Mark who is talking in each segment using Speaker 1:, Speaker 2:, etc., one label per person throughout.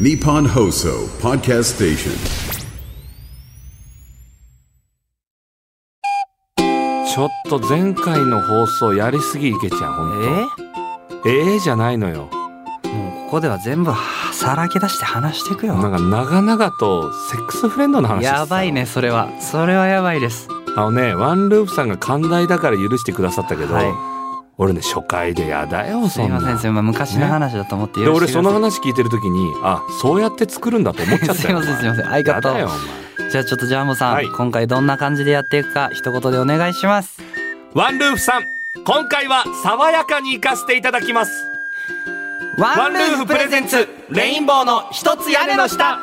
Speaker 1: Nippon Hoso Podcast Station.
Speaker 2: ちょっと前回の放送やりすぎいけちゃん
Speaker 3: え
Speaker 2: 本当ええじゃないのよ
Speaker 3: ーもうここでは全部さらけ出して話していく
Speaker 2: なん
Speaker 3: よ
Speaker 2: か長々とセックスフレンドの話してた
Speaker 3: やばいねそれはそれはやばいです
Speaker 2: あのねワンループさんが寛大だから許してくださったけど、
Speaker 3: は
Speaker 2: 俺ね初回でやだよ
Speaker 3: いす
Speaker 2: そ
Speaker 3: い
Speaker 2: んな
Speaker 3: ませんすいません昔の話だと思って
Speaker 2: で
Speaker 3: 許
Speaker 2: 俺
Speaker 3: して
Speaker 2: そ
Speaker 3: くだ
Speaker 2: の
Speaker 3: さい
Speaker 2: 話聞いてる時にあそうやって作るんだと思っちゃったよ
Speaker 3: すいませんすいません
Speaker 2: お前
Speaker 3: 相方を
Speaker 2: やだよ
Speaker 3: じゃあちょっとジャンボさん、
Speaker 2: はい
Speaker 3: 今回どんな感じでやっていくか一言でお願いします
Speaker 2: お前ワンループさん今回は爽やかに行かせていただきます
Speaker 3: ワ
Speaker 2: ワンルーフプレゼンツレインボーの一つ屋根の下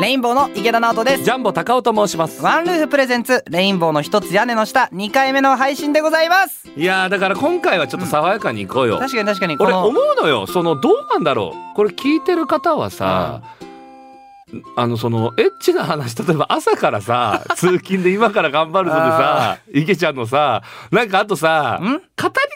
Speaker 3: レインボーの池田直人です
Speaker 2: ジャンボ高尾と申します
Speaker 3: ワンルーフプレゼンツレインボーの一つ屋根の下2回目の配信でございます
Speaker 2: いやーだから今回はちょっと爽やかに行こうよ、
Speaker 3: 確かに確かにこ
Speaker 2: 俺
Speaker 3: の
Speaker 2: 思うのよそのどうなんだろうこれ聞いてる方はさ、あのそのエッチな話例えば朝から さ通勤で今から頑張るぞでさ池ちゃんのさなんかあとさ語
Speaker 3: ん
Speaker 2: り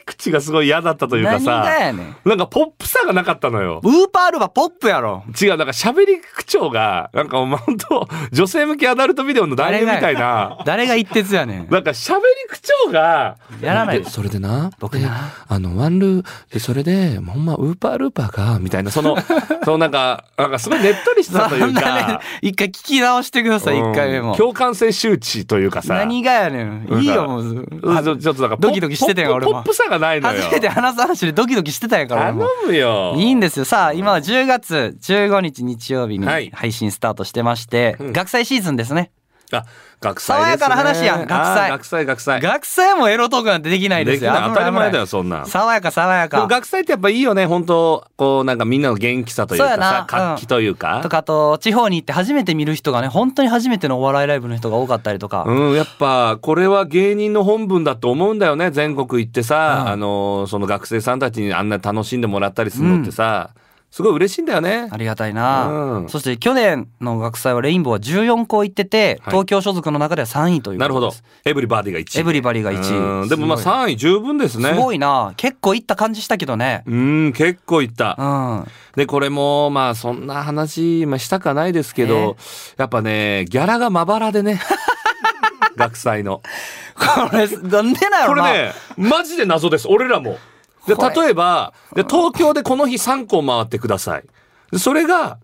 Speaker 2: 口がすごい嫌だったというか
Speaker 3: 何が
Speaker 2: さ
Speaker 3: やねん
Speaker 2: なんかポップさがなかったのよ
Speaker 3: ウーパールはポップやろ
Speaker 2: 違うなんか喋り口調がなんかお前ほんと女性向けアダルトビデオの男優みたいな
Speaker 3: 誰が一徹やねん
Speaker 2: なんか喋り口調が
Speaker 3: やらない
Speaker 2: でそれでな
Speaker 3: 僕な
Speaker 2: であのワンルーでそれでほんまウーパールーパーかみたいなそ のそのなんかなんかすごいねっとりしたとい
Speaker 3: そん
Speaker 2: う
Speaker 3: なね
Speaker 2: か、
Speaker 3: 一回聞き直してください、一回目
Speaker 2: う
Speaker 3: も
Speaker 2: ん。共感性周知というかさ
Speaker 3: 何がやねん。いいよ、もう。
Speaker 2: うんちょちょっとなんかポ
Speaker 3: ドキドキしてたよ
Speaker 2: ポップ
Speaker 3: 俺も
Speaker 2: ポップさがないのよ
Speaker 3: 初めて話す話でドキドキしてたんやから、俺
Speaker 2: 頼
Speaker 3: も
Speaker 2: むよ
Speaker 3: いいんですよ。さあ、今は10月15日日曜日に
Speaker 2: はい
Speaker 3: 配信スタートしてまして、
Speaker 2: うん
Speaker 3: 学祭シーズンですね。
Speaker 2: あ学祭ですね
Speaker 3: 爽やかな話やん学祭
Speaker 2: あー学祭学祭
Speaker 3: 学祭もエロトークなんてできないで
Speaker 2: ですき
Speaker 3: よ。
Speaker 2: ない当たり前だよ
Speaker 3: 危
Speaker 2: そんな
Speaker 3: なんい。爽やか、爽や
Speaker 2: でも
Speaker 3: か。
Speaker 2: 学祭ってやっぱいいよね本当こうなんかみんなの元気さというか
Speaker 3: そうや
Speaker 2: さ
Speaker 3: な
Speaker 2: 活気というか
Speaker 3: とかあと、地方に行って初めて見る人がね、本当に初めてのお笑いライブの人が多かったりとか。
Speaker 2: うん、やっぱこれは芸人の本分だと思うんだよね全国行ってさ、
Speaker 3: うん
Speaker 2: あのその学生さんたちにあんな楽しんでもらったりするのってさ、すごい嬉しいんだよね
Speaker 3: あ。りがたいな、
Speaker 2: うん
Speaker 3: そして去年の学祭はレインボーは14校行ってて、
Speaker 2: はい
Speaker 3: 東京所属の中では3位という
Speaker 2: なる
Speaker 3: こ
Speaker 2: ほ
Speaker 3: と
Speaker 2: ど
Speaker 3: です
Speaker 2: エブリバディが1位
Speaker 3: エブリバリが1
Speaker 2: う
Speaker 3: 位
Speaker 2: んでもまあ
Speaker 3: す
Speaker 2: 3位十分です
Speaker 3: ごい
Speaker 2: ね
Speaker 3: すごいな結構行った感じしたけどね
Speaker 2: うん結構いった、
Speaker 3: うん
Speaker 2: でこれもまあそんな話、まあ、したかないですけど、やっぱねギャラがまばらで ね学祭の
Speaker 3: これなんでな
Speaker 2: こ
Speaker 3: よ
Speaker 2: れ
Speaker 3: な
Speaker 2: ね、マジで謎です。俺らも。で、
Speaker 3: これ
Speaker 2: 例えば、で、東京でこの日3校回ってください。でそれが、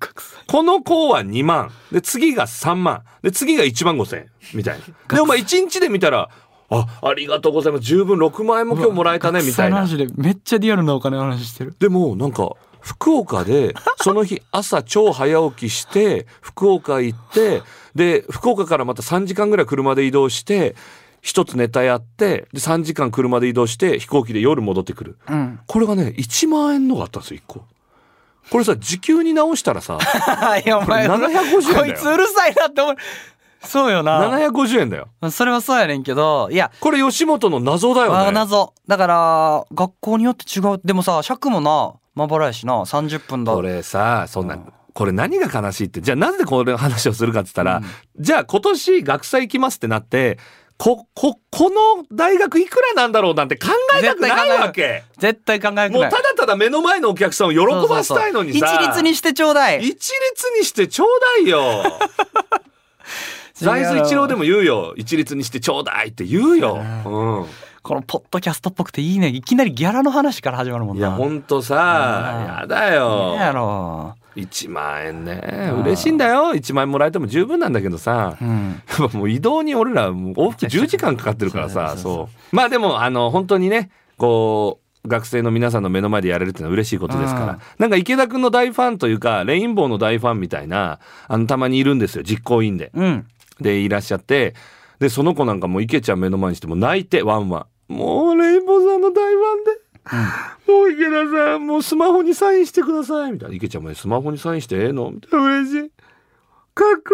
Speaker 2: この校は2万。で、次が3万。で、次が1万5千円。みたいな。で、お前1日で見たら、あ、ありがとうございます。十分6万円も今日もらえたね、みたいな。
Speaker 3: でめっちゃリアルなお金の話してる
Speaker 2: でも、なんか、福岡で、その日朝超早起きして、福岡行って、で、福岡からまた3時間ぐらい車で移動して、一つネタやって、で、3時間車で移動して、飛行機で夜戻ってくる。
Speaker 3: うん
Speaker 2: これがね、1万円のがあったんですよ、1個。これさ、時給に直したらさ、
Speaker 3: いやお前
Speaker 2: これ750円だよ
Speaker 3: こいつうるさいなって思うそうよな
Speaker 2: 750円だよ。
Speaker 3: それはそうやねんけどいや
Speaker 2: これ吉本の謎だ
Speaker 3: あ
Speaker 2: よね。
Speaker 3: 謎だから学校によって違うでもさ尺もなまばらやしな30分だ
Speaker 2: これさ、そんな、これ何が悲しいって、じゃあなぜこれの話をするかって言ったら、じゃあ今年学祭行きますってなって、こ、こ、この大学いくらなんだろうなんて考えたくないわけ。
Speaker 3: 絶対考えなく
Speaker 2: もう
Speaker 3: ない
Speaker 2: ただただ目の前のお客さんを喜ばせたいのにさ。
Speaker 3: そうそうそう一律にしてちょうだい
Speaker 2: 一律にしてちょうだい よ。財津一郎で
Speaker 3: も
Speaker 2: も言うよ。一律にしてちょうだいって言うよ。うん。
Speaker 3: このポッドキャストっぽくていいねいきなりギャラの話から始まるもん
Speaker 2: い
Speaker 3: な
Speaker 2: や、ほんとさ、やだよ
Speaker 3: ね。やろ
Speaker 2: 1万円ね。嬉しいんだよ。1万円もらえても十分なんだけどさ
Speaker 3: う。ん
Speaker 2: やっ ぱもう移動に俺らもう往復10時間かかってるからさ、そう。まあでも、あの、本当にね、こう、学生の皆さんの目の前でやれるっていうのは嬉しいことですか
Speaker 3: うん
Speaker 2: ら。なんか池田くんの大ファンというか、レインボーの大ファンみたいな、あの、たまにいるんですよ。実行委員で。
Speaker 3: うん
Speaker 2: でいらっしゃってでその子なんかもう池ちゃん目の前にしてもう泣いてワンワンもうレインボーさんの大ファンで、もう池田さんもうスマホにサインしてくださいみたいな池ちゃんもねスマホにサインしてええのみたいな嬉しいかっこいい本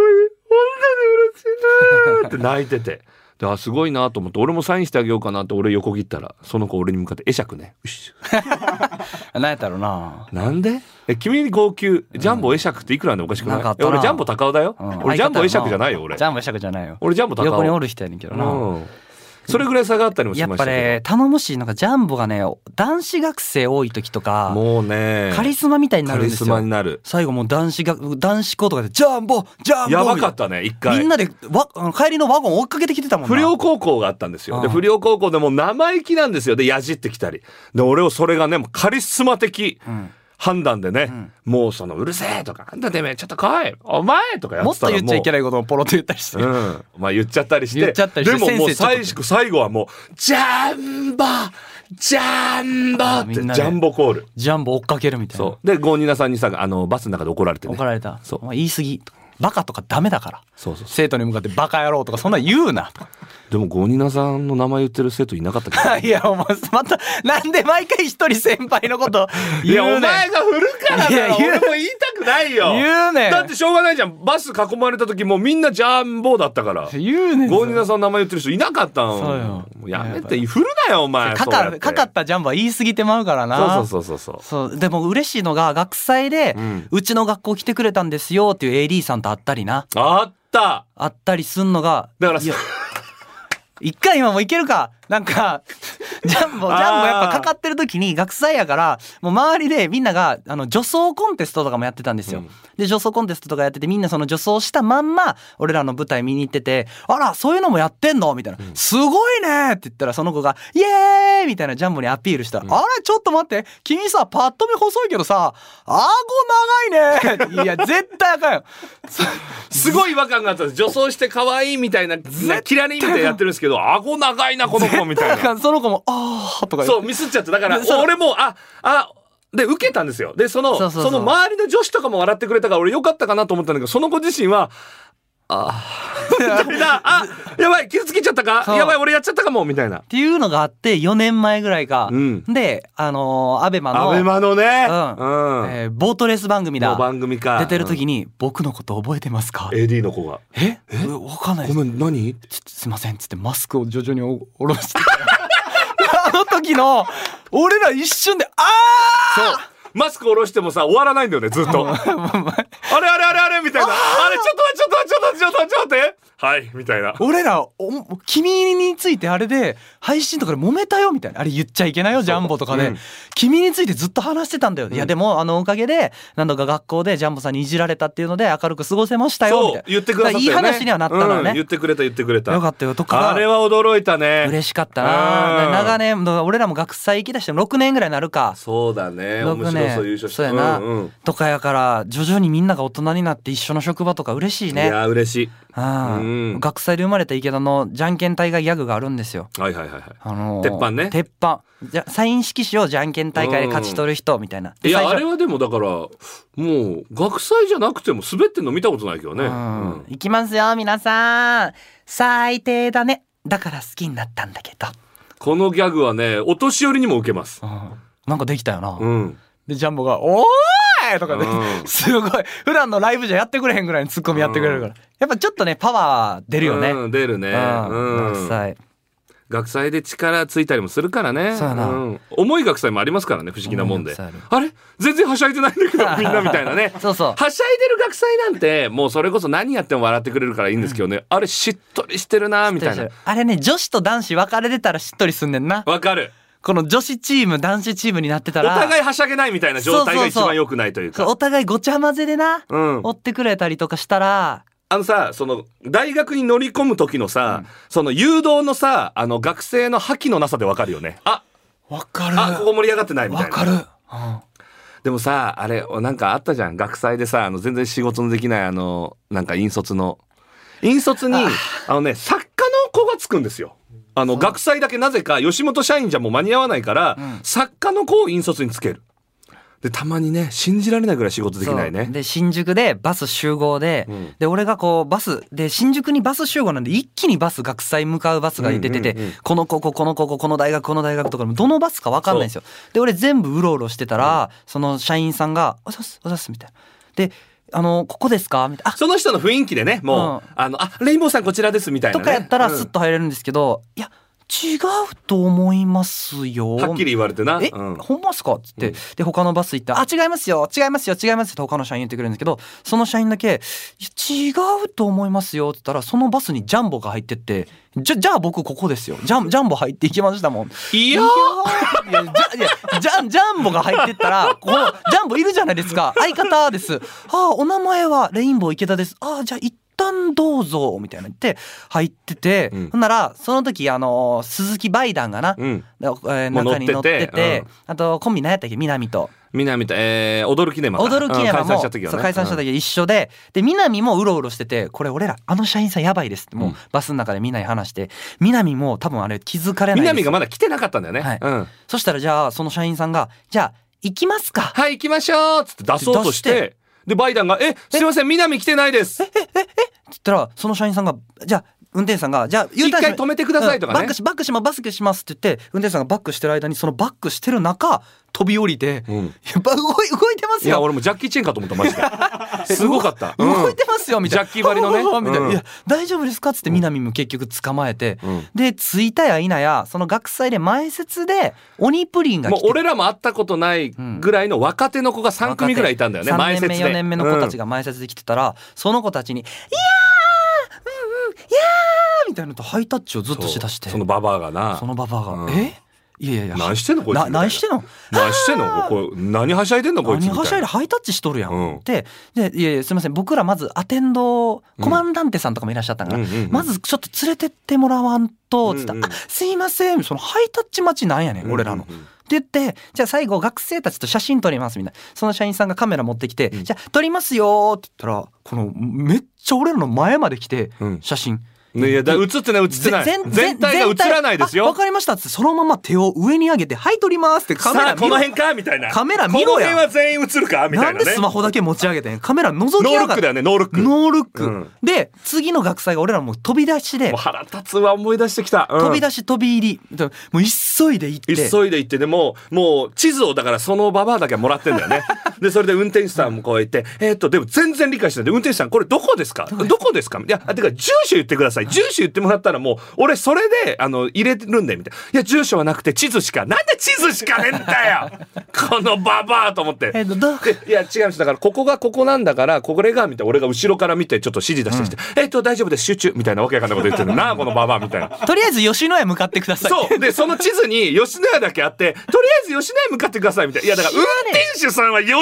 Speaker 2: 当に嬉しいなーって泣いてて。であすごいなと思って俺もサインしてあげようかなって俺横切ったらその子俺に向かって会釈ねうっし
Speaker 3: 何やったろな
Speaker 2: なんでえ君に号泣ジャンボ会釈っていくらなんでおかしくない,、
Speaker 3: なんかあった
Speaker 2: え
Speaker 3: な
Speaker 2: 俺ジャンボ高尾だよ、
Speaker 3: うん
Speaker 2: 俺ジャンボ会釈じゃないよ俺
Speaker 3: ジャンボしたくじゃないよ
Speaker 2: 俺ジャンボ高尾
Speaker 3: 横におる人やねんけどな
Speaker 2: うんそれぐらい差があったりもし
Speaker 3: や
Speaker 2: まし
Speaker 3: っ
Speaker 2: た
Speaker 3: ぱ
Speaker 2: けど
Speaker 3: ね頼もしいのがジャンボがね男子学生多い時とか
Speaker 2: もうね
Speaker 3: カリスマみたいにな
Speaker 2: カ
Speaker 3: るん
Speaker 2: リ
Speaker 3: で
Speaker 2: ス
Speaker 3: す
Speaker 2: マ
Speaker 3: よ
Speaker 2: になる
Speaker 3: 最後もう男子が男子校とかで「ジャンボジャンボ」
Speaker 2: やばかったね一
Speaker 3: みたいな
Speaker 2: 回
Speaker 3: みんなでわあの帰りのワゴン追っかけてきてたもんな
Speaker 2: 不良高校があったんですよ。で、
Speaker 3: うん
Speaker 2: 不良高校でもう生意気なんですよ。で、やじってきたり。で、俺をそれがね、もうカリスマ的
Speaker 3: ん
Speaker 2: 判断でね、
Speaker 3: ん
Speaker 2: もうその、うるせえとか、あんたてめえ、ちょっと来いお前とかや
Speaker 3: も
Speaker 2: っ
Speaker 3: って
Speaker 2: た
Speaker 3: と
Speaker 2: らもう。
Speaker 3: 言っちゃいけないことをポロって言ったりして、
Speaker 2: うん。まあ言っちゃったりして。
Speaker 3: 言っちゃったりして
Speaker 2: でももう
Speaker 3: 先生ちょっと
Speaker 2: 最後最後はもう、ジャンボジャンボ
Speaker 3: あ
Speaker 2: っ
Speaker 3: み
Speaker 2: て、
Speaker 3: んな
Speaker 2: ジ
Speaker 3: で
Speaker 2: ャンボコール。
Speaker 3: ジャンボ追っかけるみたいな
Speaker 2: そう。で、523、2さんが、あの、バスの中で怒られてね。
Speaker 3: 怒られた
Speaker 2: そう
Speaker 3: お前言い過ぎバカとかダメだから
Speaker 2: そうそうそ
Speaker 3: 生徒に向かってバカ野郎とかそんなん言うなとか
Speaker 2: う。でも523さんの名前言ってる生徒いなかったけど。
Speaker 3: いやお前またなんで毎回一人先輩のこと
Speaker 2: いや、
Speaker 3: 言うねん
Speaker 2: お前が振るから
Speaker 3: い
Speaker 2: だ
Speaker 3: や
Speaker 2: よ。
Speaker 3: 言う
Speaker 2: 俺も言いたくないよ。
Speaker 3: 言うねん
Speaker 2: だってしょうがないじゃん。バス囲まれた時もうみんなジャンボだったから。
Speaker 3: 言うねん
Speaker 2: ゴーニナさんの名前言ってる人いなかったの。
Speaker 3: そうよ
Speaker 2: もうやめて、振るなよ、お前。
Speaker 3: か
Speaker 2: そうや
Speaker 3: か
Speaker 2: て
Speaker 3: かかったジャンボは言い過ぎてまうからな
Speaker 2: そうそうそうそう。
Speaker 3: そうでも嬉しいのが学祭で、
Speaker 2: う
Speaker 3: うんちの学校来てくれたんですよっていう AD さんと会ったりな
Speaker 2: あった
Speaker 3: 会ったりすんのが
Speaker 2: だから
Speaker 3: いや一回今もういけるかなん かジャンボジ
Speaker 2: あー
Speaker 3: ャンボやっぱかかってる時に学祭やからもう周りでみんながあの女装コンテストとかもやってたんですよ、
Speaker 2: うん
Speaker 3: で女装コンテストとかやっててみんなその女装したまんま俺らの舞台見に行ってて「あらそういうのもやってんの?」みたいな「すごいね!」って言ったらその子が「イエーイ!」みたいなジャンボにアピールしたら「あらちょっと待って君さパッと見細いけどさ顎長いね!」いや絶対あかんよそ
Speaker 2: すごい違和感があったんです女装して可愛いみたいな、なキラリンみたいなやってるんですけど、顎長いな、この 子みた
Speaker 3: だ
Speaker 2: い
Speaker 3: か
Speaker 2: な。
Speaker 3: らその子も「ああ」とか言って
Speaker 2: そう、ミスっちゃった。だから
Speaker 3: でそう、
Speaker 2: 俺も、あ、あ、で、受けたんですよ。で、その、
Speaker 3: そ
Speaker 2: そう
Speaker 3: そうそう
Speaker 2: の周りの女子とかも笑ってくれたから、俺良かったかなと思ったんだけど、その子自身は、 あーみたいな、あ、やばい、傷つけちゃったか
Speaker 3: そう
Speaker 2: やばい、俺やっちゃったかも、みたいな
Speaker 3: っ。ていうのがあって4年前ぐらいか、
Speaker 2: うん
Speaker 3: であのーアベマの
Speaker 2: アベマのね、
Speaker 3: うん
Speaker 2: うん。
Speaker 3: えーボートレース番組
Speaker 2: の
Speaker 3: だ
Speaker 2: 番組か。
Speaker 3: 出てる時
Speaker 2: に。
Speaker 3: に「僕のこと覚えてますか?」
Speaker 2: AD の子が。
Speaker 3: ええわかんないで
Speaker 2: ご
Speaker 3: す
Speaker 2: めん、何
Speaker 3: ちょっとすいません」っつってマスクを徐々にお下ろして あの時の俺ら一瞬で「あ
Speaker 2: そう。マスク下ろしてもさ、終わらないんだよね、ずっ と。
Speaker 3: ーまあまあ
Speaker 2: あれあれあれあれみたいな。あれ、ちょっと待って、ちょっと待って、ちょっと待って、ちょっと待って。はい、みたいな。
Speaker 3: 俺らお君についてあれで配信とかで揉めたよみたいなあれ言っちゃいけないよジャンボとかで、
Speaker 2: うん
Speaker 3: 君についてずっと話してたんだよ、いやでもあのおかげで何度か学校でジャンボさんにいじられたっていうので明るく過ごせましたよみ
Speaker 2: そ
Speaker 3: たいうな、
Speaker 2: 言ってくださったよね。
Speaker 3: だからいい話にはなったの
Speaker 2: うん
Speaker 3: ね、
Speaker 2: 言ってくれた、言ってくれた。
Speaker 3: よかったよとか
Speaker 2: あれは驚いたね。
Speaker 3: 嬉しかった
Speaker 2: うん
Speaker 3: な長年俺らも学祭行きだしても6年ぐらいになるか
Speaker 2: そうだね。面
Speaker 3: 6
Speaker 2: 白
Speaker 3: 年
Speaker 2: そう優勝した。
Speaker 3: そうやな、
Speaker 2: んうん
Speaker 3: とかやから徐々にみんなが大人になって一緒の職場とか嬉しい
Speaker 2: い
Speaker 3: ね
Speaker 2: や嬉し
Speaker 3: ああ
Speaker 2: うん
Speaker 3: 学祭で生まれた池田のじゃんけん大会ギャグがあるんですよ
Speaker 2: い。はいはいはいはい。
Speaker 3: あのー
Speaker 2: 鉄板ね
Speaker 3: 鉄板じゃサイン色紙をじゃんけん大会で勝ち取る人みたいな、で
Speaker 2: いや
Speaker 3: 最
Speaker 2: あ
Speaker 3: 初
Speaker 2: れはでもだからもう学祭じゃなくても滑ってんの見たことないけどね。
Speaker 3: うん
Speaker 2: うん
Speaker 3: いきますよ皆さん最低だねだから好きになったんだけど、
Speaker 2: このギャグはねお年寄りにも受けます。
Speaker 3: なんかできたよな、
Speaker 2: うん。
Speaker 3: でジャンボが「おーい!」とかで、
Speaker 2: うん
Speaker 3: すごい普段のライブじゃやってくれへんぐらいのツッコミやってくれるから、やっぱちょっとねパワー出るよね、うん
Speaker 2: うん出るね。うん
Speaker 3: 学祭
Speaker 2: 学祭で力ついたりもするからね。
Speaker 3: そうやなん
Speaker 2: 重い学祭もありますからね、不思議なもんで。
Speaker 3: 重い学祭
Speaker 2: あれ全然はしゃいでないんだけど、みんなみたいなね。
Speaker 3: そうそう
Speaker 2: はしゃいでる学祭なんて、もうそれこそ何やっても笑ってくれるからいいんですけどね。あれ、しっとりしてるな、みたいな。
Speaker 3: あれね女子と男子分かれてたらしっとりすんねんな
Speaker 2: わかる。
Speaker 3: この女子チーム男子チームになってた
Speaker 2: お
Speaker 3: ら
Speaker 2: 互いはしゃげないみたいな状態が一
Speaker 3: そうそうそ
Speaker 2: 番
Speaker 3: う
Speaker 2: 良くないという
Speaker 3: そう
Speaker 2: か。
Speaker 3: お互いごちゃ混ぜでな、
Speaker 2: うん
Speaker 3: 追ってくれたりとかしたら
Speaker 2: あのさ、その、大学に乗り込む時のさ、その誘導のさ、あの、学生の覇気のなさでわかるよね。あ、
Speaker 3: わかる
Speaker 2: あ、ここ盛り上がってないみたい
Speaker 3: わ
Speaker 2: な。
Speaker 3: かる、
Speaker 2: でもさあれなんかあったじゃん学祭でさあの全然仕事のできないあのなんか引率の引率にあのね作家の子がつくんですよ。あの学祭だけなぜか吉本社員じゃもう間に合わないから、作家の子を引率につける。でたまにね信じられないぐらい仕事できない
Speaker 3: そ
Speaker 2: ね
Speaker 3: う。で新宿でバス集合で、
Speaker 2: ん
Speaker 3: で俺がこうバスで新宿にバス集合なんで一気にバス学祭向かうバスが出てて、
Speaker 2: うんうんうん
Speaker 3: この高校この高校この大学この大学とかでもどのバスか分かんないんですよで俺全部うろうろしてたら、その社員さんが「おざっすおざっす」みたいな。で「あのここですか?」みたいな「あ
Speaker 2: その人の雰囲気でねもう、
Speaker 3: うん
Speaker 2: あのあレインボーさんこちらですみたいな、
Speaker 3: と
Speaker 2: ね。
Speaker 3: かやったら
Speaker 2: うん
Speaker 3: スッと入れるんですけど、いや違うと思いますよ。
Speaker 2: はっきり言われてな。
Speaker 3: え、
Speaker 2: うん
Speaker 3: ほんまっすかっつって、
Speaker 2: うん
Speaker 3: で他のバス行って「あ違いますよ違いますよ違いますよ」って他の社員言ってくれるんですけどその社員だけいや「違うと思いますよ」って言ったらそのバスにジャンボが入ってって「じゃじゃあ僕ここですよジャンジャンボ入っていきましたもん」
Speaker 2: い
Speaker 3: い
Speaker 2: や
Speaker 3: やいやじゃいやジャンジャンボが入ってったらこのジャンボいるじゃないですか相方です「あお名前はレインボー池田ですあじゃあ一旦どうぞ」みたいな言って入ってて、
Speaker 2: うん
Speaker 3: ほんならその時あの鈴木バイダンがな、
Speaker 2: うん。
Speaker 3: でえー
Speaker 2: もう
Speaker 3: 中に乗って
Speaker 2: 乗
Speaker 3: て
Speaker 2: っててうん
Speaker 3: あとコンビ何やったっけ南と
Speaker 2: 南と、えー、踊る記念ま
Speaker 3: 踊る記念はも
Speaker 2: 解
Speaker 3: う、
Speaker 2: 散した時はね。
Speaker 3: そう解散した時は一緒で、で南もうろうろしててこれ俺らあの社員さんやばいですってもう、
Speaker 2: うん
Speaker 3: バスの中でみんなに話して南も多分あれ気づかれ
Speaker 2: うん
Speaker 3: ないです
Speaker 2: 南がまだ来てなかったんだよね。
Speaker 3: はい
Speaker 2: うん。
Speaker 3: そしたらじゃあその社員さんが「じゃあ行きますか」
Speaker 2: はい、行きましょうっつって出そうとして、
Speaker 3: 出
Speaker 2: で、バイダンが、え、すいません、南来てないです。
Speaker 3: って言ったらその社員さんが「じゃあ運転手さんがじゃあ U ターンし
Speaker 2: 一回止めてくださいとかね
Speaker 3: うんバックしバックしますバックします」って言って運転手さんがバックしてる間にそのバックしてる中飛び降りて、
Speaker 2: うん
Speaker 3: やっぱ動い動いてます
Speaker 2: いや、
Speaker 3: よ
Speaker 2: 俺もジャッキー・チェンかと思った、マジ で。すごかった。うん
Speaker 3: 動いてますよみたいな、
Speaker 2: ジャッキー張りのね
Speaker 3: みたいな
Speaker 2: うん
Speaker 3: いや大丈夫ですかっつって南も結局捕まえて、
Speaker 2: うん
Speaker 3: で着いたや否やその学祭で前説で鬼プリンが来
Speaker 2: もう
Speaker 3: て
Speaker 2: 俺らも会ったことないぐらいの若手の子が3組ぐらいいたんだよね、
Speaker 3: 3
Speaker 2: 前
Speaker 3: 年
Speaker 2: 説
Speaker 3: 目
Speaker 2: で。
Speaker 3: 4年目の子たち
Speaker 2: が。
Speaker 3: が前説で来てたら、その子たちに「いやーうんうんいやー」みたいなのとハイタッチをずっとしだして
Speaker 2: そのババアがな。
Speaker 3: そのババアが「
Speaker 2: うん
Speaker 3: えいやいやいや
Speaker 2: 何してんのこいつみた
Speaker 3: ない
Speaker 2: な
Speaker 3: 何してんの
Speaker 2: 何してんのこれ何はしゃいでんのこいつみた
Speaker 3: 何
Speaker 2: いな。
Speaker 3: がしゃいでハイタッチしとるやん」
Speaker 2: うん
Speaker 3: ってで「いやいやすいません僕らまずアテンドコマンダンテさんとかもいらっしゃったから、
Speaker 2: うんうんうん
Speaker 3: まずちょっと連れてってもらわんと」つったら
Speaker 2: うんうん
Speaker 3: あすいません」そのハイタッチ待ちなんやねん俺らの。
Speaker 2: うんうんうん
Speaker 3: って言ってじゃあ最後学生たちと写真撮りますみたいなその社員さんがカメラ持ってきて、じゃあ撮りますよーって言ったらこのめっちゃ俺らの前まで来て
Speaker 2: うん
Speaker 3: 写真。
Speaker 2: ねいや、だ映ってない映ってない。
Speaker 3: 全
Speaker 2: 全体が映らないです
Speaker 3: あわ
Speaker 2: よ。
Speaker 3: かりましたっつってそのまま手を上に上げて「はい撮ります」ってカメ
Speaker 2: さ
Speaker 3: ラ
Speaker 2: あ、こ
Speaker 3: 見
Speaker 2: の
Speaker 3: ろ
Speaker 2: 辺かみたいな。
Speaker 3: カメラ見ろや
Speaker 2: この辺は全員映るかみた
Speaker 3: ないん
Speaker 2: な
Speaker 3: で
Speaker 2: ね。
Speaker 3: スマホだけ持ち上げてんカメラ覗き
Speaker 2: ノー
Speaker 3: や
Speaker 2: ルッ
Speaker 3: がっ
Speaker 2: ク
Speaker 3: て
Speaker 2: だよね、ノールック。も
Speaker 3: ノールック
Speaker 2: うん
Speaker 3: で次の学祭が俺らもう飛び出しで
Speaker 2: う腹立つわ、思い出してきた。うん
Speaker 3: 飛び出し飛び入りもう急いで行って
Speaker 2: 急いで行ってでもうもう地図をだからそのババアだけはもらってんだよ ねでそれで運転手さんもこう言ってえーっとでも全然理解しないで運転手さんこれどこですかどこですかいやあてか住所言ってください住所言ってもらったらもう俺それであの入れるんでみたいないや住所はなくて地図しかなんで地図しかねえんだよ このババアと思って
Speaker 3: えっとどう
Speaker 2: でいや違いますだからここがここなんだからこれがみたいな俺が後ろから見てちょっと指示出してきて、えーっと大丈夫です集中みたいなわけわかんないこと言ってるなこのババアみたいな
Speaker 3: とりあえず吉野家向かってください
Speaker 2: そう。で、その地図に吉野家だけあって、とりあえず吉野家向かってくださいみたいな。いや、だから運転手さんは吉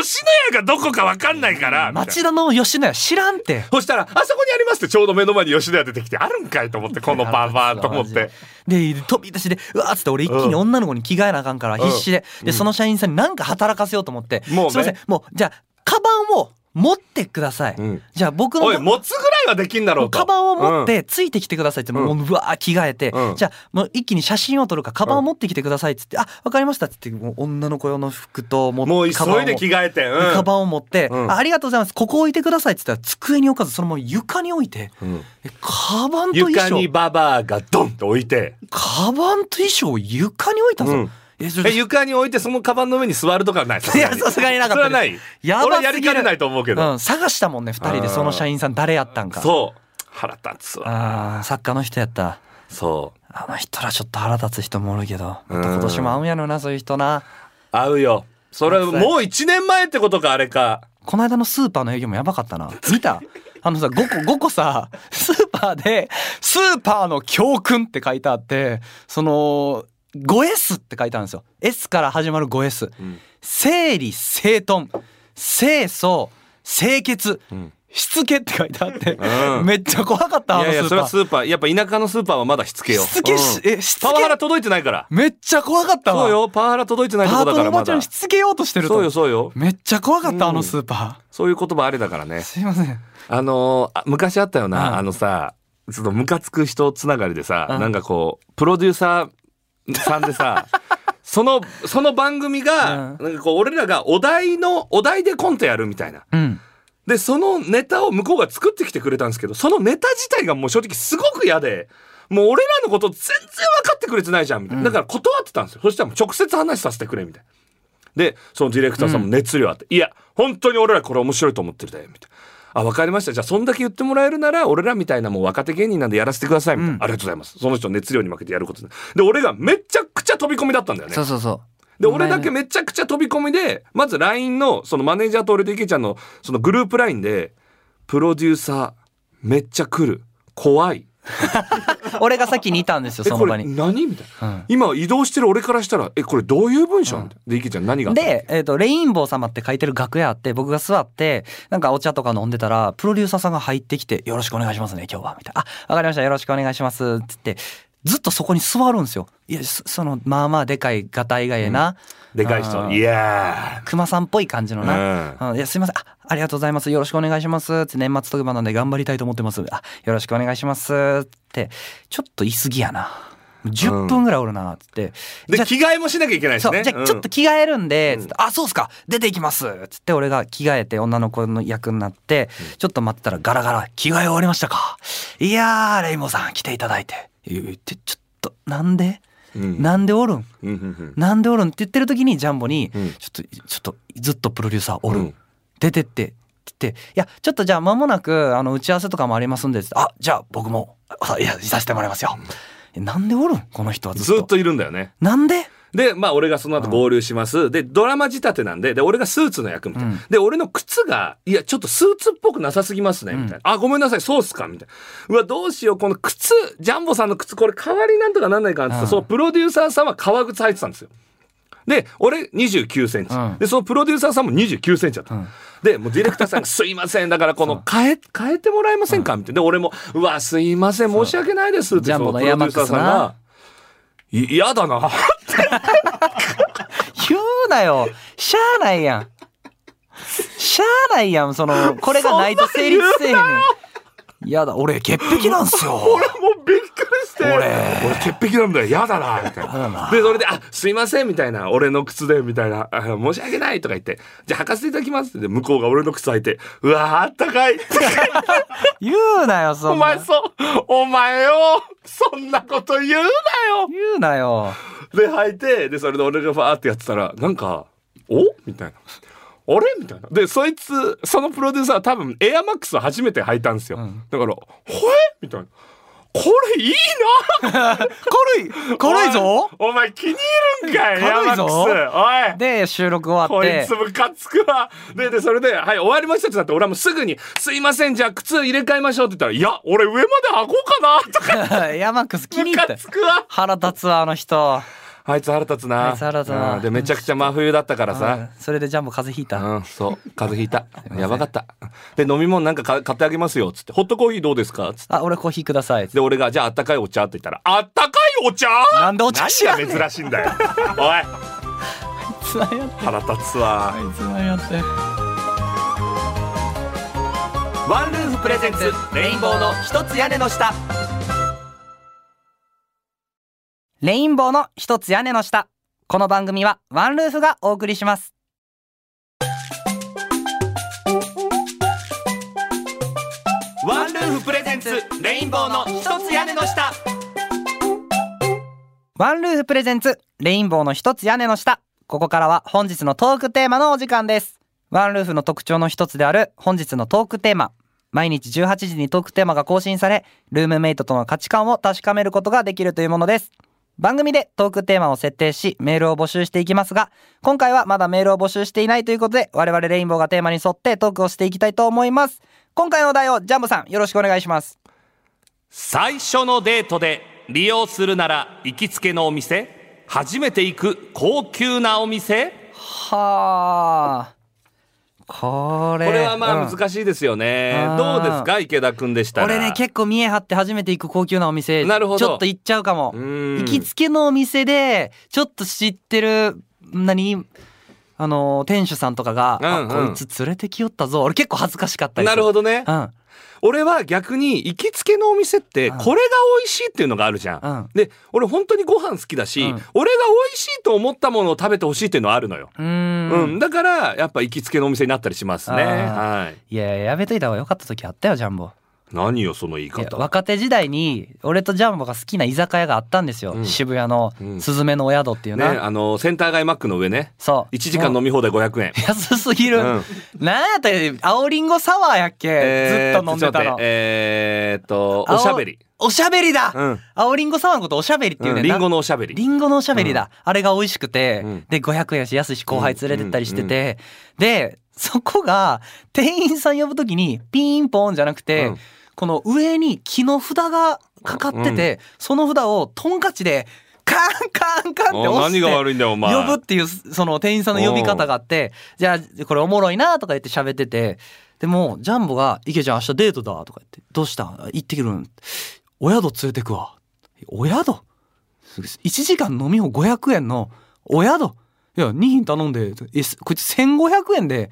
Speaker 2: 野家がどこかわかんないから、みたいな
Speaker 3: 町田の吉野家知らんて
Speaker 2: そしたら、あそこにありますってちょうど目の前に吉野家出てきて、あるんかいと思って、このババアと思って。
Speaker 3: で飛び出しでうわーっつって俺一気に女の子に着替えなあかんから必死で,、でその社員さんになんか働かせようと思って「
Speaker 2: もうね
Speaker 3: すいませんもうじゃあカバンを持ってください」
Speaker 2: うん
Speaker 3: じゃあ僕の
Speaker 2: おい、持つぐらいはできんだろうと。
Speaker 3: カバンを持ってついてきてくださいって、もううわー着替えて、
Speaker 2: うん
Speaker 3: じゃあもう一気に写真を撮るからカバンを持ってきてくださいっつって「あわかりました」っつってもう女の子用の服とも
Speaker 2: うん。もう急いで着替えて。うん
Speaker 3: カバンを持って、
Speaker 2: うん
Speaker 3: あ「ありがとうございますここ置いてください」っつったら机に置かずそのまま床に置いて、
Speaker 2: ん
Speaker 3: えカバンと衣
Speaker 2: 床
Speaker 3: 装
Speaker 2: にババアがドンと置いて。
Speaker 3: カバンと衣装を床に置いたぞ、
Speaker 2: うん
Speaker 3: えちょっと
Speaker 2: え、床に置いてそのカバンの上に座るとかはない
Speaker 3: いやさすがになかった
Speaker 2: それはない。
Speaker 3: や
Speaker 2: 俺
Speaker 3: ばすぎる
Speaker 2: はやりかねないと思うけど。
Speaker 3: うん、探したもんね2人で
Speaker 2: あー
Speaker 3: その社員さん誰やったんか
Speaker 2: そう。腹立つわ。
Speaker 3: ああ作家の人やった
Speaker 2: そう。
Speaker 3: あの人らちょっと腹立つ人もおるけどまた
Speaker 2: ん
Speaker 3: 今年も会うんやろなそういう人な
Speaker 2: 合うよ。それもう一年前ってことか、あれか。
Speaker 3: この間のスーパーの営業もやばかったな 見たあのさ5個5個さスーパーで「スーパーの教訓」って書いてあってその 5S って書いてあるんですよ S から始まる 5S、整理整頓清掃清潔、しつけって書いてあって、
Speaker 2: うん
Speaker 3: めっちゃ怖かったあ
Speaker 2: い
Speaker 3: のス
Speaker 2: やいや、
Speaker 3: ー
Speaker 2: そ
Speaker 3: パ
Speaker 2: れ
Speaker 3: ー
Speaker 2: はスーパー、やっぱ田舎のスーパーはまだしつけよ。
Speaker 3: しつけし、
Speaker 2: うん
Speaker 3: えしつけ
Speaker 2: パワハラ届いてないから。
Speaker 3: めっちゃ怖かったわ
Speaker 2: そうよ、パワハラ届いてないと
Speaker 3: パ
Speaker 2: こ
Speaker 3: ー
Speaker 2: だ
Speaker 3: ト
Speaker 2: か
Speaker 3: の
Speaker 2: ら
Speaker 3: おば
Speaker 2: ま
Speaker 3: ちゃん
Speaker 2: だ
Speaker 3: にし。つけようとしてると
Speaker 2: そうよ、そうよ。
Speaker 3: めっちゃ怖かった、
Speaker 2: うん
Speaker 3: あのスーパ
Speaker 2: そういう言葉あれだからね
Speaker 3: ー。すいません
Speaker 2: あのーあ昔あったよ
Speaker 3: うん
Speaker 2: な、あのさ、ちょっとムカつく人つながりでさ、
Speaker 3: うん
Speaker 2: なんかこう、プロデューサーさんで さ、その、その番組が、
Speaker 3: う
Speaker 2: なんかこう、俺らがお題の、お題でコントやるみたいな。
Speaker 3: うん
Speaker 2: で、そのネタを向こうが作ってきてくれたんですけど、そのネタ自体がもう正直すごく嫌で、もう俺らのこと全然分かってくれてないじゃん、みたいな。だから断ってたんですよ。そしたらもう直接話させてくれ、みたいな。で、そのディレクターさんも熱量あって、いや、本当に俺らこれ面白いと思ってるだよ、みたいな。あ分かりましたじゃあそんだけ言ってもらえるなら俺らみたいなもう若手芸人なんでやらせてくださいみたいな、
Speaker 3: うん
Speaker 2: ありがとうございますその人の熱量に負けてやることでで俺がめちゃくちゃ飛び込みだったんだよね
Speaker 3: そうそうそう
Speaker 2: で、俺だけめちゃくちゃ飛び込みで、まず LINE の、そのマネージャーと俺と池ちゃんの、そのグループ LINE で、プロデューサー、めっちゃ来る。怖い。
Speaker 3: 俺が先にいたんですよ
Speaker 2: え、
Speaker 3: そ
Speaker 2: こ
Speaker 3: の場
Speaker 2: れ
Speaker 3: に
Speaker 2: 何みたいな。
Speaker 3: うん
Speaker 2: 今移動してる俺からしたら、え、これどういう文章みたいな。で、池ちゃん何があったの
Speaker 3: で、えっと「レインボー様」って書いてる楽屋あって僕が座ってなんかお茶とか飲んでたらプロデューサーさんが入ってきて「よろしくお願いしますね今日は」みたいな「あわかりましたよろしくお願いします」っつってずっとそこに座るんですよ。いやそそのまあまあでかいガタイがええな、
Speaker 2: でかい
Speaker 3: あ
Speaker 2: 人。
Speaker 3: ー
Speaker 2: いや
Speaker 3: 熊さんっぽい感じのな「うんいやすいませんあありがとうございますよろしくお願いします」って年末特番なんで頑張りたいと思ってますあよろしくお願いしますってちょっと言い過ぎやな10分ぐらいおるなっつって、
Speaker 2: ー。
Speaker 3: じゃ
Speaker 2: で、
Speaker 3: あ
Speaker 2: 着替えもしなきゃいけないです
Speaker 3: そう
Speaker 2: ね。
Speaker 3: じゃあちょっと着替えるんで、つってあそうっすか出ていきますつって俺が着替えて女の子の役になって、ちょっと待ってたらガラガラ着替え終わりましたかいやーレイモーさん来ていただいて言ってちょっとなんで、
Speaker 2: うん
Speaker 3: なんでおるん
Speaker 2: うん。うんうん
Speaker 3: なんでおるんって言ってる時にジャンボに、
Speaker 2: うん
Speaker 3: ちょっとちょっとずっとプロデューサーおるん、
Speaker 2: うん
Speaker 3: 出てってって言って「いやちょっとじゃあ間もなくあの打ち合わせとかもありますんで」つってあじゃあ僕もあいやいさせてもらいますよ」えなんでおるんこの人は
Speaker 2: うん
Speaker 3: ずっ
Speaker 2: ず
Speaker 3: と
Speaker 2: っといるんだよね。
Speaker 3: なんで
Speaker 2: で、まあ俺がその後合流します。で、ドラマ仕立てなんで、で、俺がスーツの役みたいな。
Speaker 3: うん
Speaker 2: で、俺の靴が、いや、ちょっとスーツっぽくなさすぎますね、みたいな。あ、ごめんなさい、そうっすか、みたいな。うわ、どうしよう、この靴、ジャンボさんの靴、これ代わりなんとかなんないかなって言って、
Speaker 3: うん
Speaker 2: そのプロデューサーさんは革靴履いてたんですよ。で、俺29センチ。
Speaker 3: うん
Speaker 2: で、そのプロデューサーさんも29センチだった。
Speaker 3: うん
Speaker 2: で、もうディレクターさんが、すいませ ん、だからこの、変え、変えてもらえませんかみたいな。で、俺も、うわ、すいません、申し訳ないですって、
Speaker 3: ジャンボのエアマックスな
Speaker 2: そのプロデューサーさんが、い嫌だな。
Speaker 3: 言うなよしゃあないやんしゃあないやんそのこれがないと成立せえへんねんやだ俺潔癖なんすよ
Speaker 2: もうびっくりして
Speaker 3: 俺
Speaker 2: 俺潔癖なんだよ嫌だなみたい
Speaker 3: だ
Speaker 2: な
Speaker 3: な
Speaker 2: でそれで「あすいません」みたいな「俺の靴で」みたいなあ「申し訳ない」とか言って「じゃあ履かせていただきます」って向こうが俺の靴履いて「うわあったかい」
Speaker 3: 言うなよそ
Speaker 2: お
Speaker 3: ん
Speaker 2: 前
Speaker 3: な
Speaker 2: そうお前よそんなこと言うなよ
Speaker 3: 言うなよ
Speaker 2: で履いてでそれで俺がファーってやってたらなんか「おみたいな「あれ?」みたいなでそいつそのプロデューサーは多分エアマックスを初めて履いたんですよ、
Speaker 3: ん
Speaker 2: だから「ほえ?」みたいな「これいいな!」
Speaker 3: 軽い軽いぞ
Speaker 2: おいお前気に入るんかい
Speaker 3: 軽いぞ
Speaker 2: ヤマックスおい
Speaker 3: で収録終わ
Speaker 2: こ
Speaker 3: っ
Speaker 2: い
Speaker 3: て
Speaker 2: つムカつくわででそれで「はい終わりました」ってなって俺はもうすぐに「すいませんじゃあ靴入れ替えましょう」って言ったら「いや俺上まで履こうかな」とか
Speaker 3: ヤマックス気に
Speaker 2: ム
Speaker 3: 入った
Speaker 2: カつくわ
Speaker 3: 腹立つわあの人
Speaker 2: あいつ腹立つな
Speaker 3: あいつ腹立つな
Speaker 2: うんでめちゃくちゃ真冬だったからさ
Speaker 3: それでジャンボ風邪ひいた
Speaker 2: うん、そう風邪ひいたやばかったで飲み物なんかか買ってあげますよっつって「ホットコーヒーどうですか?」っつって
Speaker 3: あ俺コーヒーください
Speaker 2: で俺が「じゃああったかいお茶」って言ったら「あったかいお茶?」
Speaker 3: なんでお茶知らんねん
Speaker 2: 何が珍しいんだよおい
Speaker 3: つなやって
Speaker 2: 腹立つわ
Speaker 3: つなやって
Speaker 2: ワンルーフプレゼンツレインボーの
Speaker 3: 一つ屋根の下レインボーの一つ屋根の下この番組はワンルーフがお送りします
Speaker 2: ワンルーフプレゼンツレインボーの一つ屋根の下
Speaker 3: ワンルーフプレゼンツレインボーの一つ屋根の下ここからは本日のトークテーマのお時間ですワンルーフの特徴の一つである本日のトークテーマ毎日18時にトークテーマが更新されルームメイトとの価値観を確かめることができるというものです番組でトークテーマを設定しメールを募集していきますが今回はまだメールを募集していないということで我々レインボーがテーマに沿ってトークをしていきたいと思います今回のお題をジャンボさんよろしくお願いします
Speaker 2: 最初のデートで利用するなら行きつけのお店初めて行く高級なお店
Speaker 3: はあこれ
Speaker 2: これはま
Speaker 3: う
Speaker 2: あ
Speaker 3: ん
Speaker 2: 難しいですよね、
Speaker 3: うん
Speaker 2: どうですか池田君でしたら
Speaker 3: 俺ね結構見え張って初めて行く高級なお店
Speaker 2: なるほど
Speaker 3: ちょっと行っちゃうかも
Speaker 2: うん
Speaker 3: 行きつけのお店でちょっと知ってる何あの店主さんとかが、
Speaker 2: うん
Speaker 3: あ
Speaker 2: うん
Speaker 3: こいつ連れてきよったぞ俺結構恥ずかしかったりす
Speaker 2: なるほどね
Speaker 3: うん
Speaker 2: 俺は逆に行きつけのお店って
Speaker 3: うん
Speaker 2: これが美味しいっていうのがあるじゃん、
Speaker 3: うん
Speaker 2: で俺本当にご飯好きだし、
Speaker 3: うん
Speaker 2: 俺が美味しいと思ったものを食べてほしいっていうのはあるのよ
Speaker 3: うーん
Speaker 2: うん、だからやっぱ行きつけのお店になったりしますね。
Speaker 3: あ
Speaker 2: はい。
Speaker 3: いややめといた方が良かった時あったよジャンボ
Speaker 2: 何よその言い
Speaker 3: いや
Speaker 2: 方
Speaker 3: 若手時代に俺とジャンボが好きな居酒屋があったんですよ、
Speaker 2: うん
Speaker 3: 渋谷の
Speaker 2: うん
Speaker 3: スズメのお宿っていう
Speaker 2: ね
Speaker 3: な、
Speaker 2: あのセンター街マックの上ね
Speaker 3: そう
Speaker 2: 1時間飲み放題500円
Speaker 3: 安すぎる、
Speaker 2: うん
Speaker 3: なんやったら青りんごサワーやっけ、
Speaker 2: え
Speaker 3: ず
Speaker 2: ー
Speaker 3: っと飲ん
Speaker 2: ち
Speaker 3: でた
Speaker 2: ょっと待っ
Speaker 3: の
Speaker 2: てえーっとおしゃべり
Speaker 3: 青おしゃべりだ、
Speaker 2: うん
Speaker 3: 青りんごサワーのことおしゃべりっていうねん
Speaker 2: リ
Speaker 3: な
Speaker 2: ンゴのおしゃべり
Speaker 3: リンゴのおしゃべりだ、あれが美味しくて、
Speaker 2: うん
Speaker 3: で500円やし安いし後輩連れてったりしてて、でそこが店員さん呼ぶときにピンポンじゃなくて、
Speaker 2: うん
Speaker 3: この上に木の札がかかってて、その札をトンカチでカンカンカンって
Speaker 2: お
Speaker 3: 押
Speaker 2: 何
Speaker 3: し
Speaker 2: が
Speaker 3: て。
Speaker 2: 悪いんだよお前
Speaker 3: 呼ぶっていうその店員さんの呼び方があってじゃあこれおもろいなとか言って喋っててでもジャンボが「池ちゃん明日デートだ」とか言って「どうした行ってくるんお宿連れてくわ」お宿 ?1 時間飲み放500円のお宿いや2品頼んでえすこいつ1500円で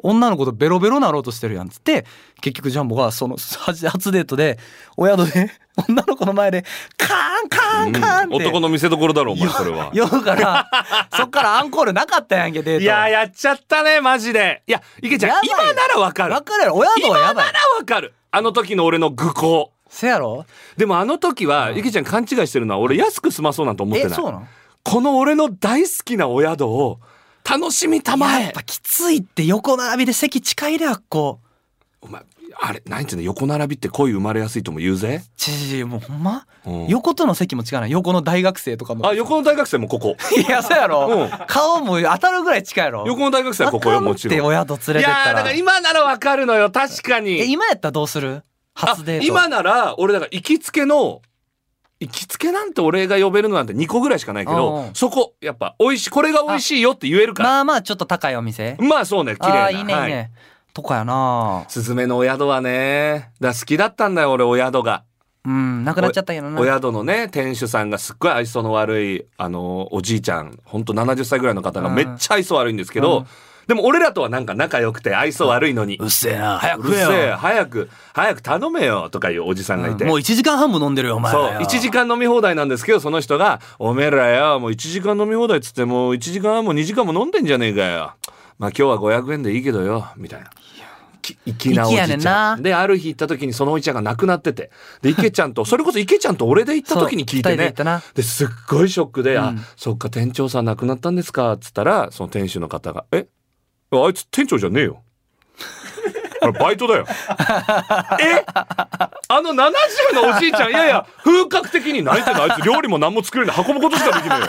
Speaker 3: 女の子とベロベロなろうとしてるやんっつって結局ジャンボがその初初デートでお宿で女の子の前でカーンカーンカーンって、
Speaker 2: 男の見せ所だろお前それは
Speaker 3: 酔 うから、そっからアンコールなかったやんけ、デート。
Speaker 2: いややっちゃったねマジでいやいけちゃん
Speaker 3: やばい
Speaker 2: 今ならわかる
Speaker 3: わかるやろ、親子
Speaker 2: 今
Speaker 3: はや
Speaker 2: な
Speaker 3: ば
Speaker 2: ら
Speaker 3: い。
Speaker 2: わかるあの時の俺の愚行
Speaker 3: せやろ
Speaker 2: でもあの時は池ちゃん勘違いしてるのは俺安く済まそうなんて思って
Speaker 3: え、
Speaker 2: ない
Speaker 3: そうなの
Speaker 2: この俺の大好きなお宿を楽しみたま
Speaker 3: やっ
Speaker 2: え
Speaker 3: ぱきついって横並びで席近いであっこ。
Speaker 2: お前あれ何ていうの横並びって恋生まれやすいとも言うぜ
Speaker 3: ちじじ、もうほんま、
Speaker 2: うん
Speaker 3: 横との席も近ない。横の大学生とかも。
Speaker 2: あ横の大学生もここ
Speaker 3: いや、そうやろ、
Speaker 2: うん
Speaker 3: 顔も当たるぐらい近いやろ
Speaker 2: 横の大学生はここよもちろん
Speaker 3: あかってお宿連れてったら。
Speaker 2: いやーだから今ならわかるのよ確かに
Speaker 3: え、今やったらどうする初デー
Speaker 2: あ
Speaker 3: ト。
Speaker 2: 今なら俺だから行きつけの行きつけなんて俺が呼べるのなんて2個ぐらいしかないけ
Speaker 3: うん
Speaker 2: ど
Speaker 3: うん
Speaker 2: そこやっぱ美味しいこれが美味しいよって言えるから
Speaker 3: まあまあ、ちょっと高いお店。
Speaker 2: まあそうね綺麗
Speaker 3: あ
Speaker 2: な
Speaker 3: あ、いいね、いい
Speaker 2: はい
Speaker 3: ね。とかやな
Speaker 2: スズメのお宿はねだから好きだったんだよ俺お宿が
Speaker 3: うん、なくなっちゃったけどな。
Speaker 2: お宿のね店主さんがすっごい愛想の悪いあのおじいちゃんほんと70歳ぐらいの方が
Speaker 3: うん
Speaker 2: めっちゃ愛想悪いんですけど、
Speaker 3: うん
Speaker 2: でも俺らとはなんか仲良くて愛想悪いのに、う
Speaker 3: っせえな、早
Speaker 2: るせえ早く早く頼めよとかいうおじさんがいて、
Speaker 3: うんもう1時間半も飲んでるよお前
Speaker 2: そう1時 間飲み放題なんですけどその人が「おめえらよもう1時間飲み放題っつってもう1時間半も2時間も飲んでんじゃねえかよまあ今日は500円でいいけどよ」みたいな。き粋なおじ
Speaker 3: 粋やねん
Speaker 2: ちゃ
Speaker 3: なん
Speaker 2: である日行った時にそのおじちゃんが亡くなっててで池ちゃんとそれこそ池ちゃんと俺で行った時に聞いて
Speaker 3: そう二人で
Speaker 2: ね
Speaker 3: 行ったな
Speaker 2: ですっごいショックで「あ
Speaker 3: うん
Speaker 2: そっか店長さん亡くなったんですか」っつったらその店主の方が「えあいつ店長じゃねえよ」あれバイトだよえ あの70のおじいちゃんいやいや風格的に泣いてるあいつ料理も何も作れない運ぶことしかできないよ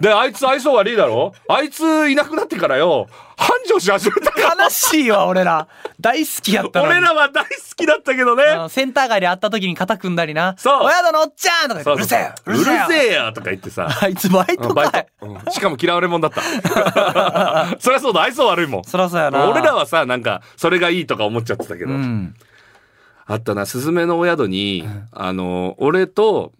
Speaker 2: であいつ愛想悪いだろあいついなくなってからよ繁盛し始めたから
Speaker 3: 悲しいわ俺ら大好きやったのに
Speaker 2: 俺らは大好きだったけどね
Speaker 3: あのセンター街で会った時に肩組んだりな
Speaker 2: そう
Speaker 3: お宿のおっちゃんとか言ってうるせえよ
Speaker 2: うるせえよ
Speaker 3: よ
Speaker 2: とか言ってさ
Speaker 3: あいつバイト
Speaker 2: バイ
Speaker 3: かい
Speaker 2: ト、うんしかも嫌われ者だった そりゃそうだ愛想悪いもん
Speaker 3: そらそうやな
Speaker 2: 俺らはさなんかそれがいいとか思っちゃってたけど、
Speaker 3: うん
Speaker 2: あったな、スズメのお宿に、あの、俺と、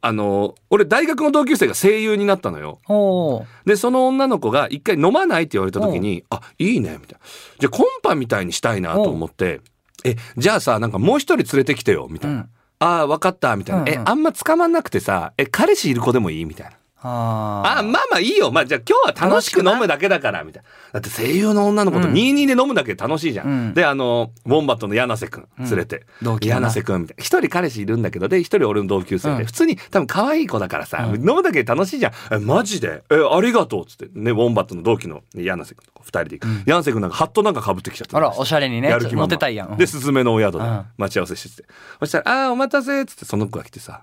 Speaker 2: あの、俺大学の同級生が声優になったのよ。
Speaker 3: おー
Speaker 2: で、その女の子が一回飲まないって言われた時に、あ、いいね、みたいな。じゃあコンパみたいにしたいなと思って、え、じゃあさ、なんかもう一人連れてきてよ、みた
Speaker 3: う
Speaker 2: いな。
Speaker 3: ん
Speaker 2: ああ、わかった、みたいな。
Speaker 3: うんうん
Speaker 2: え、あんま捕まんなくてさ、え、彼氏いる子でもいいみたいな。
Speaker 3: あ
Speaker 2: あまあまあいいよ。まあじゃあ今日は楽しく飲むだけだから、みたいな。だって声優の女の子と
Speaker 3: うん
Speaker 2: 22で飲むだけで楽しいじゃん。
Speaker 3: うん
Speaker 2: で、あの、ウォンバットの柳瀬くん連れて。
Speaker 3: うん同期だな
Speaker 2: 柳瀬くんみたいな。一人彼氏いるんだけど、で、一人俺の同級生で、
Speaker 3: うん
Speaker 2: 普通に多分可愛い子だからさ、
Speaker 3: うん
Speaker 2: 飲むだけで楽しいじゃん。え、マジでえ、ありがとうっつって。ね、ウォンバットの同期の柳瀬くんと二人で行く。柳瀬くんなんかハットなんか被ってきちゃった。
Speaker 3: あらおしゃれにね
Speaker 2: やる気満々
Speaker 3: モテたいやん
Speaker 2: で、スズメのお宿で
Speaker 3: うん
Speaker 2: 待ち合わせしてて。そしたら、あーお待たせっつってその子が来てさ、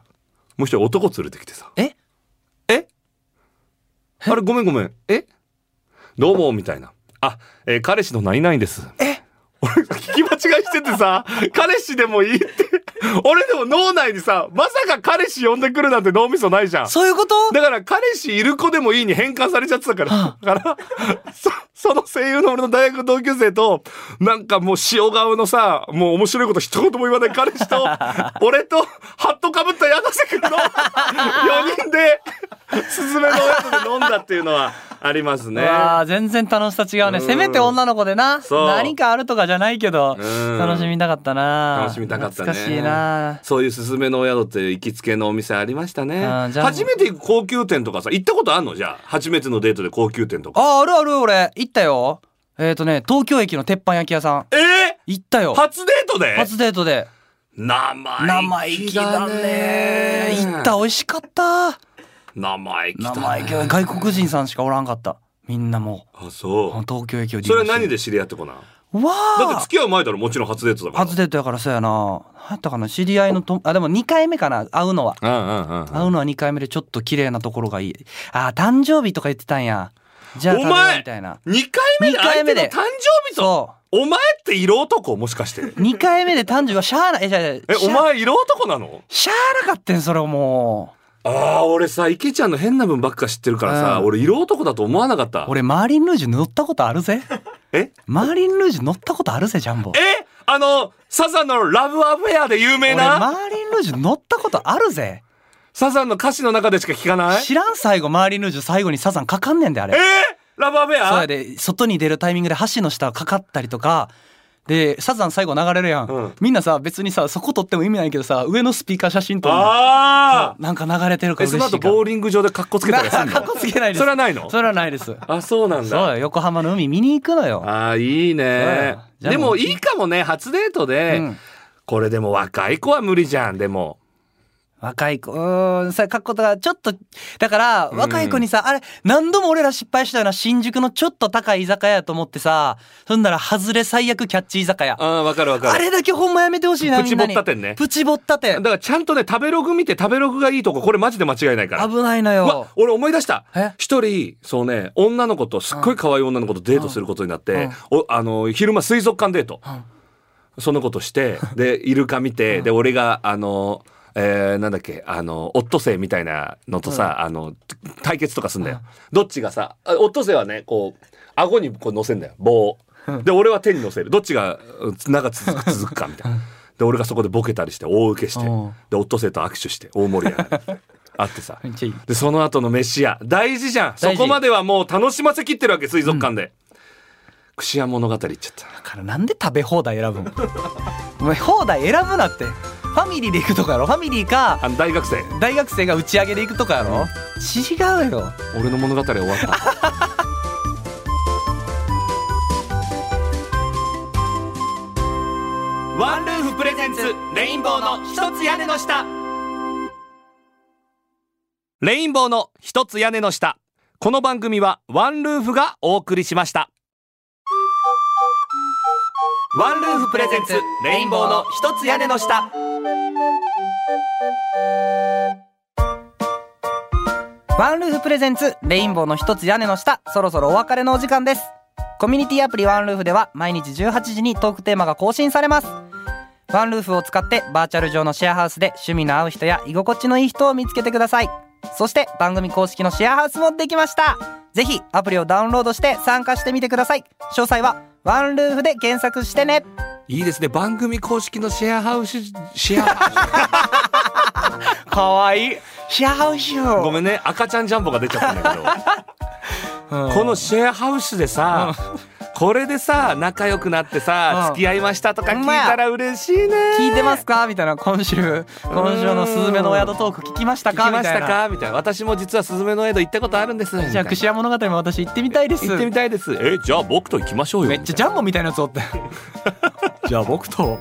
Speaker 2: もう一人男連れてきてさ。
Speaker 3: え
Speaker 2: えあれごめんごめん。えどうも、みたいな。あ、えー彼氏の何々です。
Speaker 3: え
Speaker 2: 俺、聞き間違いしててさ、彼氏でもいいって。俺でも脳内にさ、まさか彼氏呼んでくるなんて脳みそないじゃん。
Speaker 3: そういうこと
Speaker 2: だから彼氏いる子でもいいに変換されちゃってたから。だから、そその声優の俺の大学同級生と、なんかもう塩顔のさ、もう面白いこと一言も言わない彼氏 と、俺と、ハットかぶった柳瀬くんの4人で、スズメの親で飲んだっていうのはありますね。
Speaker 3: わあ全然楽しさ違うね
Speaker 2: うん
Speaker 3: せめて女の子でな
Speaker 2: そう
Speaker 3: 何かあるとかじゃないけど
Speaker 2: うん
Speaker 3: 楽しみたかったな
Speaker 2: 楽しみたかったね。
Speaker 3: 懐かしいな
Speaker 2: そういうスズメのお宿って行きつけのお店ありましたね。
Speaker 3: あーじゃあ
Speaker 2: 初めて行く高級店とかさ、行ったことあんのじゃあ。初めてのデートで高級店とか。
Speaker 3: ああるある俺行ったよえっとね東京駅の鉄板焼き屋さん
Speaker 2: えー
Speaker 3: 行ったよ
Speaker 2: 初デートで
Speaker 3: 初デートで
Speaker 2: 生
Speaker 3: 生
Speaker 2: 意
Speaker 3: 意
Speaker 2: 気
Speaker 3: 気
Speaker 2: だ
Speaker 3: だ
Speaker 2: ね
Speaker 3: ね行った美味しかった
Speaker 2: 生意気だね
Speaker 3: 生意気だ外国人さんしかおらんかったみんなも
Speaker 2: あそう
Speaker 3: う東京駅を
Speaker 2: う
Speaker 3: 利
Speaker 2: それ
Speaker 3: 用
Speaker 2: は
Speaker 3: して
Speaker 2: 何で知り合ってこな
Speaker 3: わあ
Speaker 2: だって付き合う前だろもちろん初デートだから
Speaker 3: 初デートやからそうやな何やったかな知り合いのとあでも2回目かな会うのは
Speaker 2: うんうんうん
Speaker 3: 会うのは2回目でちょっと綺麗なところがいいあー誕生日とか言ってたんやじゃあ
Speaker 2: お
Speaker 3: 食べよう
Speaker 2: 前
Speaker 3: みたいな
Speaker 2: 2回目で
Speaker 3: 二回
Speaker 2: 相手
Speaker 3: 目
Speaker 2: の誕
Speaker 3: で
Speaker 2: 生日と
Speaker 3: そ
Speaker 2: お前って色男もしか して
Speaker 3: う2回目で誕生日はしゃあないえじゃあえ
Speaker 2: えお前色男なの
Speaker 3: しゃあなかったんそれも
Speaker 2: あー俺さ池ちゃんの変な分ばっか知ってるからさ
Speaker 3: うん
Speaker 2: 俺色男だと思わなかった
Speaker 3: う俺マーリン・ルージュ乗ったことあ るぜ
Speaker 2: え
Speaker 3: マーリン・ルージュ乗ったことあるぜジャンボ
Speaker 2: えあのサザンの「ラブアフェア」で有名
Speaker 3: 俺
Speaker 2: な
Speaker 3: マーリン・ルージュ乗ったことあるぜ
Speaker 2: サザンの歌詞の中でしか聞かない
Speaker 3: 知らん最後マーリン・ルージュ最後にサザンかかんねんであ
Speaker 2: えー
Speaker 3: れ、
Speaker 2: ラブアフェ
Speaker 3: そう
Speaker 2: ア
Speaker 3: やで外に出るタイミングで橋の下かかったりとかでサザン最後流れるやん、
Speaker 2: うん
Speaker 3: みんなさ別にさそこ撮っても意味ないけどさ上のスピーカー写真撮るの
Speaker 2: あ
Speaker 3: なんか流れてる
Speaker 2: あ
Speaker 3: か
Speaker 2: え
Speaker 3: ら嬉
Speaker 2: そ
Speaker 3: しい
Speaker 2: の
Speaker 3: か
Speaker 2: 後ボーリング場で格好つけたりする
Speaker 3: なかっ
Speaker 2: の
Speaker 3: こつけないです
Speaker 2: それはないの
Speaker 3: それはないですそう
Speaker 2: あそうなんだ
Speaker 3: よ横浜の海見に行くのよ
Speaker 2: あーいいね
Speaker 3: そうや
Speaker 2: でもいいかもね初デートで
Speaker 3: うん
Speaker 2: これでも若い子は無理じゃんでも
Speaker 3: 若い子うーんさかっことがちょっとだから若い子にさ、あれ何度も俺ら失敗したような新宿のちょっと高い居酒屋やと思ってさそんなら外れ最悪キャッチ居酒屋
Speaker 2: ああわかるわか
Speaker 3: あ
Speaker 2: る
Speaker 3: れだけほんまやめてほしいな
Speaker 2: プチ
Speaker 3: みんなに
Speaker 2: ぼったてんね
Speaker 3: プチぼったて
Speaker 2: だからちゃんとね食べログ見て食べログがいいとここれマジで間違いないから
Speaker 3: 危ないの
Speaker 2: うわ
Speaker 3: よ
Speaker 2: 俺思い出した
Speaker 3: え
Speaker 2: 一人そうね女の子とすっごい可愛い女の子とデートすることになって、おあの昼間水族館デート、そのことしてでイルカ見て、で俺があの、えーなんだっけあのオットセイみたいなのとさ、あの対決とかすんだよ、どっちがさあオットセイはねこう顎にこう乗せんだよ棒をで俺は手に乗せるどっちがうん長く続く続くかみたいな。で俺がそこでボケたりして大受けして
Speaker 3: うん
Speaker 2: でオットセイと握手して大盛り上がりあってさ
Speaker 3: めっちゃいい
Speaker 2: でその後の飯屋大事じゃんそ
Speaker 3: 大事
Speaker 2: こまではもう楽しませきってるわけ水族館で、串屋物語行っちゃった
Speaker 3: だからなんで 食べ放題選ぶのお前放題選ぶなってファミリーで行くとかやろファミリーか
Speaker 2: あの大学生
Speaker 3: 大学生が打ち上げで行くとかやろ違うよ
Speaker 2: 俺の物語終わった ワンルーフプレゼンツレインボーの一つ屋根の下レインボーの一つ屋根の下この番組はワンルーフがお送りしましたワンルーフプレゼンツレインボーの一つ屋根の下
Speaker 3: ワンルーフプレゼンツレインボーの一つ屋根の下そろそろお別れのお時間ですコミュニティアプリワンルーフでは毎日18時にトークテーマが更新されますワンルーフを使ってバーチャル上のシェアハウスで趣味の合う人や居心地のいい人を見つけてくださいそして番組公式のシェアハウスもできましたぜひアプリをダウンロードして参加してみてください詳細はワンルーフで検索してね
Speaker 2: いいですね番組公式のシェアハウスシェア
Speaker 3: かわいいシェアハウス
Speaker 2: ごめんね赤ちゃんジャンボが出ちゃったんだけど、このシェアハウスでさ、これでさ仲良くなってさ、
Speaker 3: うん
Speaker 2: 付き合いましたとか聞
Speaker 3: ほ
Speaker 2: い
Speaker 3: んまや
Speaker 2: たら嬉しいね
Speaker 3: 聞いてますかみたいな今週今週の「すずめのお宿トーク」聞きました
Speaker 2: 聞
Speaker 3: か
Speaker 2: き
Speaker 3: み
Speaker 2: ましたた
Speaker 3: いな
Speaker 2: かみたいな私も実はスズメの江戸行ったことあるんです
Speaker 3: じゃあ
Speaker 2: みたい
Speaker 3: 串屋物語も私行ってみたいです
Speaker 2: な行ってみたいですえじゃあ僕と行きましょうよ
Speaker 3: めっちゃジャンボみたいなやつおったじゃあ僕と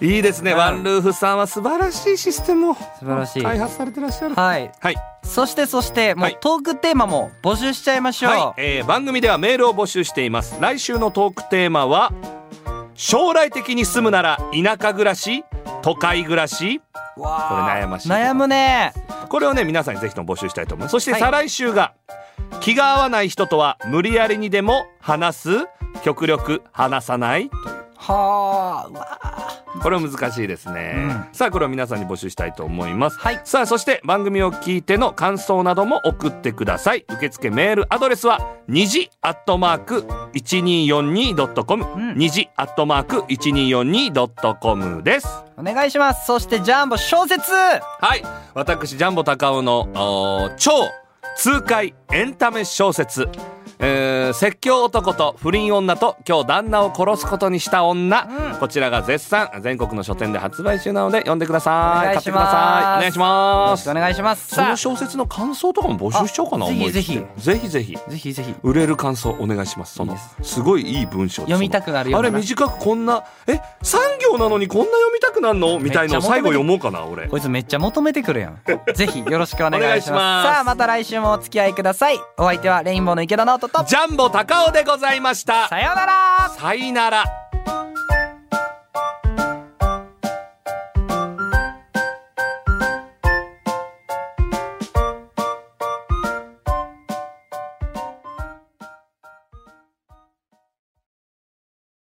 Speaker 2: いいですね、
Speaker 3: うん
Speaker 2: ワンルーフさんは素晴らしいシステムを
Speaker 3: 素晴らしい
Speaker 2: 開発されてらっしゃる
Speaker 3: はい
Speaker 2: はい
Speaker 3: そしてそしても
Speaker 2: は
Speaker 3: う
Speaker 2: い
Speaker 3: トークテーマも募集しちゃいましょう、
Speaker 2: はい、えー番組ではメールを募集しています来週のトークテーマは将来的に住むなら田舎暮らし都会暮らしこれ
Speaker 3: わあ
Speaker 2: 悩ましい
Speaker 3: 悩むね
Speaker 2: これをね皆さんにぜひとも募集したいと思いますそして
Speaker 3: はい
Speaker 2: 再来週が、気が合わない人とは無理やりにでも話す極力話さない
Speaker 3: はあうわあ
Speaker 2: これは難しいですね、さあこれを皆さんに募集したいと思います、
Speaker 3: はい
Speaker 2: さあそして番組を聞いての感想なども送ってください受付メールアドレスは2時アットマーク 1242.com、
Speaker 3: ん
Speaker 2: 2時アットマーク 1242.com です
Speaker 3: お願いしますそしてジャンボ小説
Speaker 2: はい私ジャンボ高尾のおー超痛快エンタメ小説えー説教男と不倫女と今日旦那を殺すことにした女、こちらが絶賛全国の書店で発売中なので読んでください
Speaker 3: お願
Speaker 2: 買っ
Speaker 3: い
Speaker 2: て
Speaker 3: し
Speaker 2: くだ
Speaker 3: ます
Speaker 2: さいお願いし
Speaker 3: よ
Speaker 2: ま
Speaker 3: ろし
Speaker 2: す
Speaker 3: くお願いします
Speaker 2: そ
Speaker 3: さ
Speaker 2: の
Speaker 3: あ
Speaker 2: 小説の感想とかも募集しようかな
Speaker 3: あぜひ
Speaker 2: 思い切ってぜひぜひ
Speaker 3: ぜひぜひ
Speaker 2: 売れる感想お願いしますその
Speaker 3: いいです
Speaker 2: すごいいい文章です
Speaker 3: 読みたくなるよう
Speaker 2: あ
Speaker 3: な
Speaker 2: れ短くこんなえ3行なのにこんな読みたくくなんのみたいなのを最後読もうかな俺
Speaker 3: こいつめっちゃ求めてくるやん ぜひよろしくお願いします
Speaker 2: お願いします
Speaker 3: さあまた来週もお付き合いくださいお相手はレインボーの池田直人と
Speaker 2: ジャンボ高尾でございました
Speaker 3: さようなら
Speaker 2: さいなら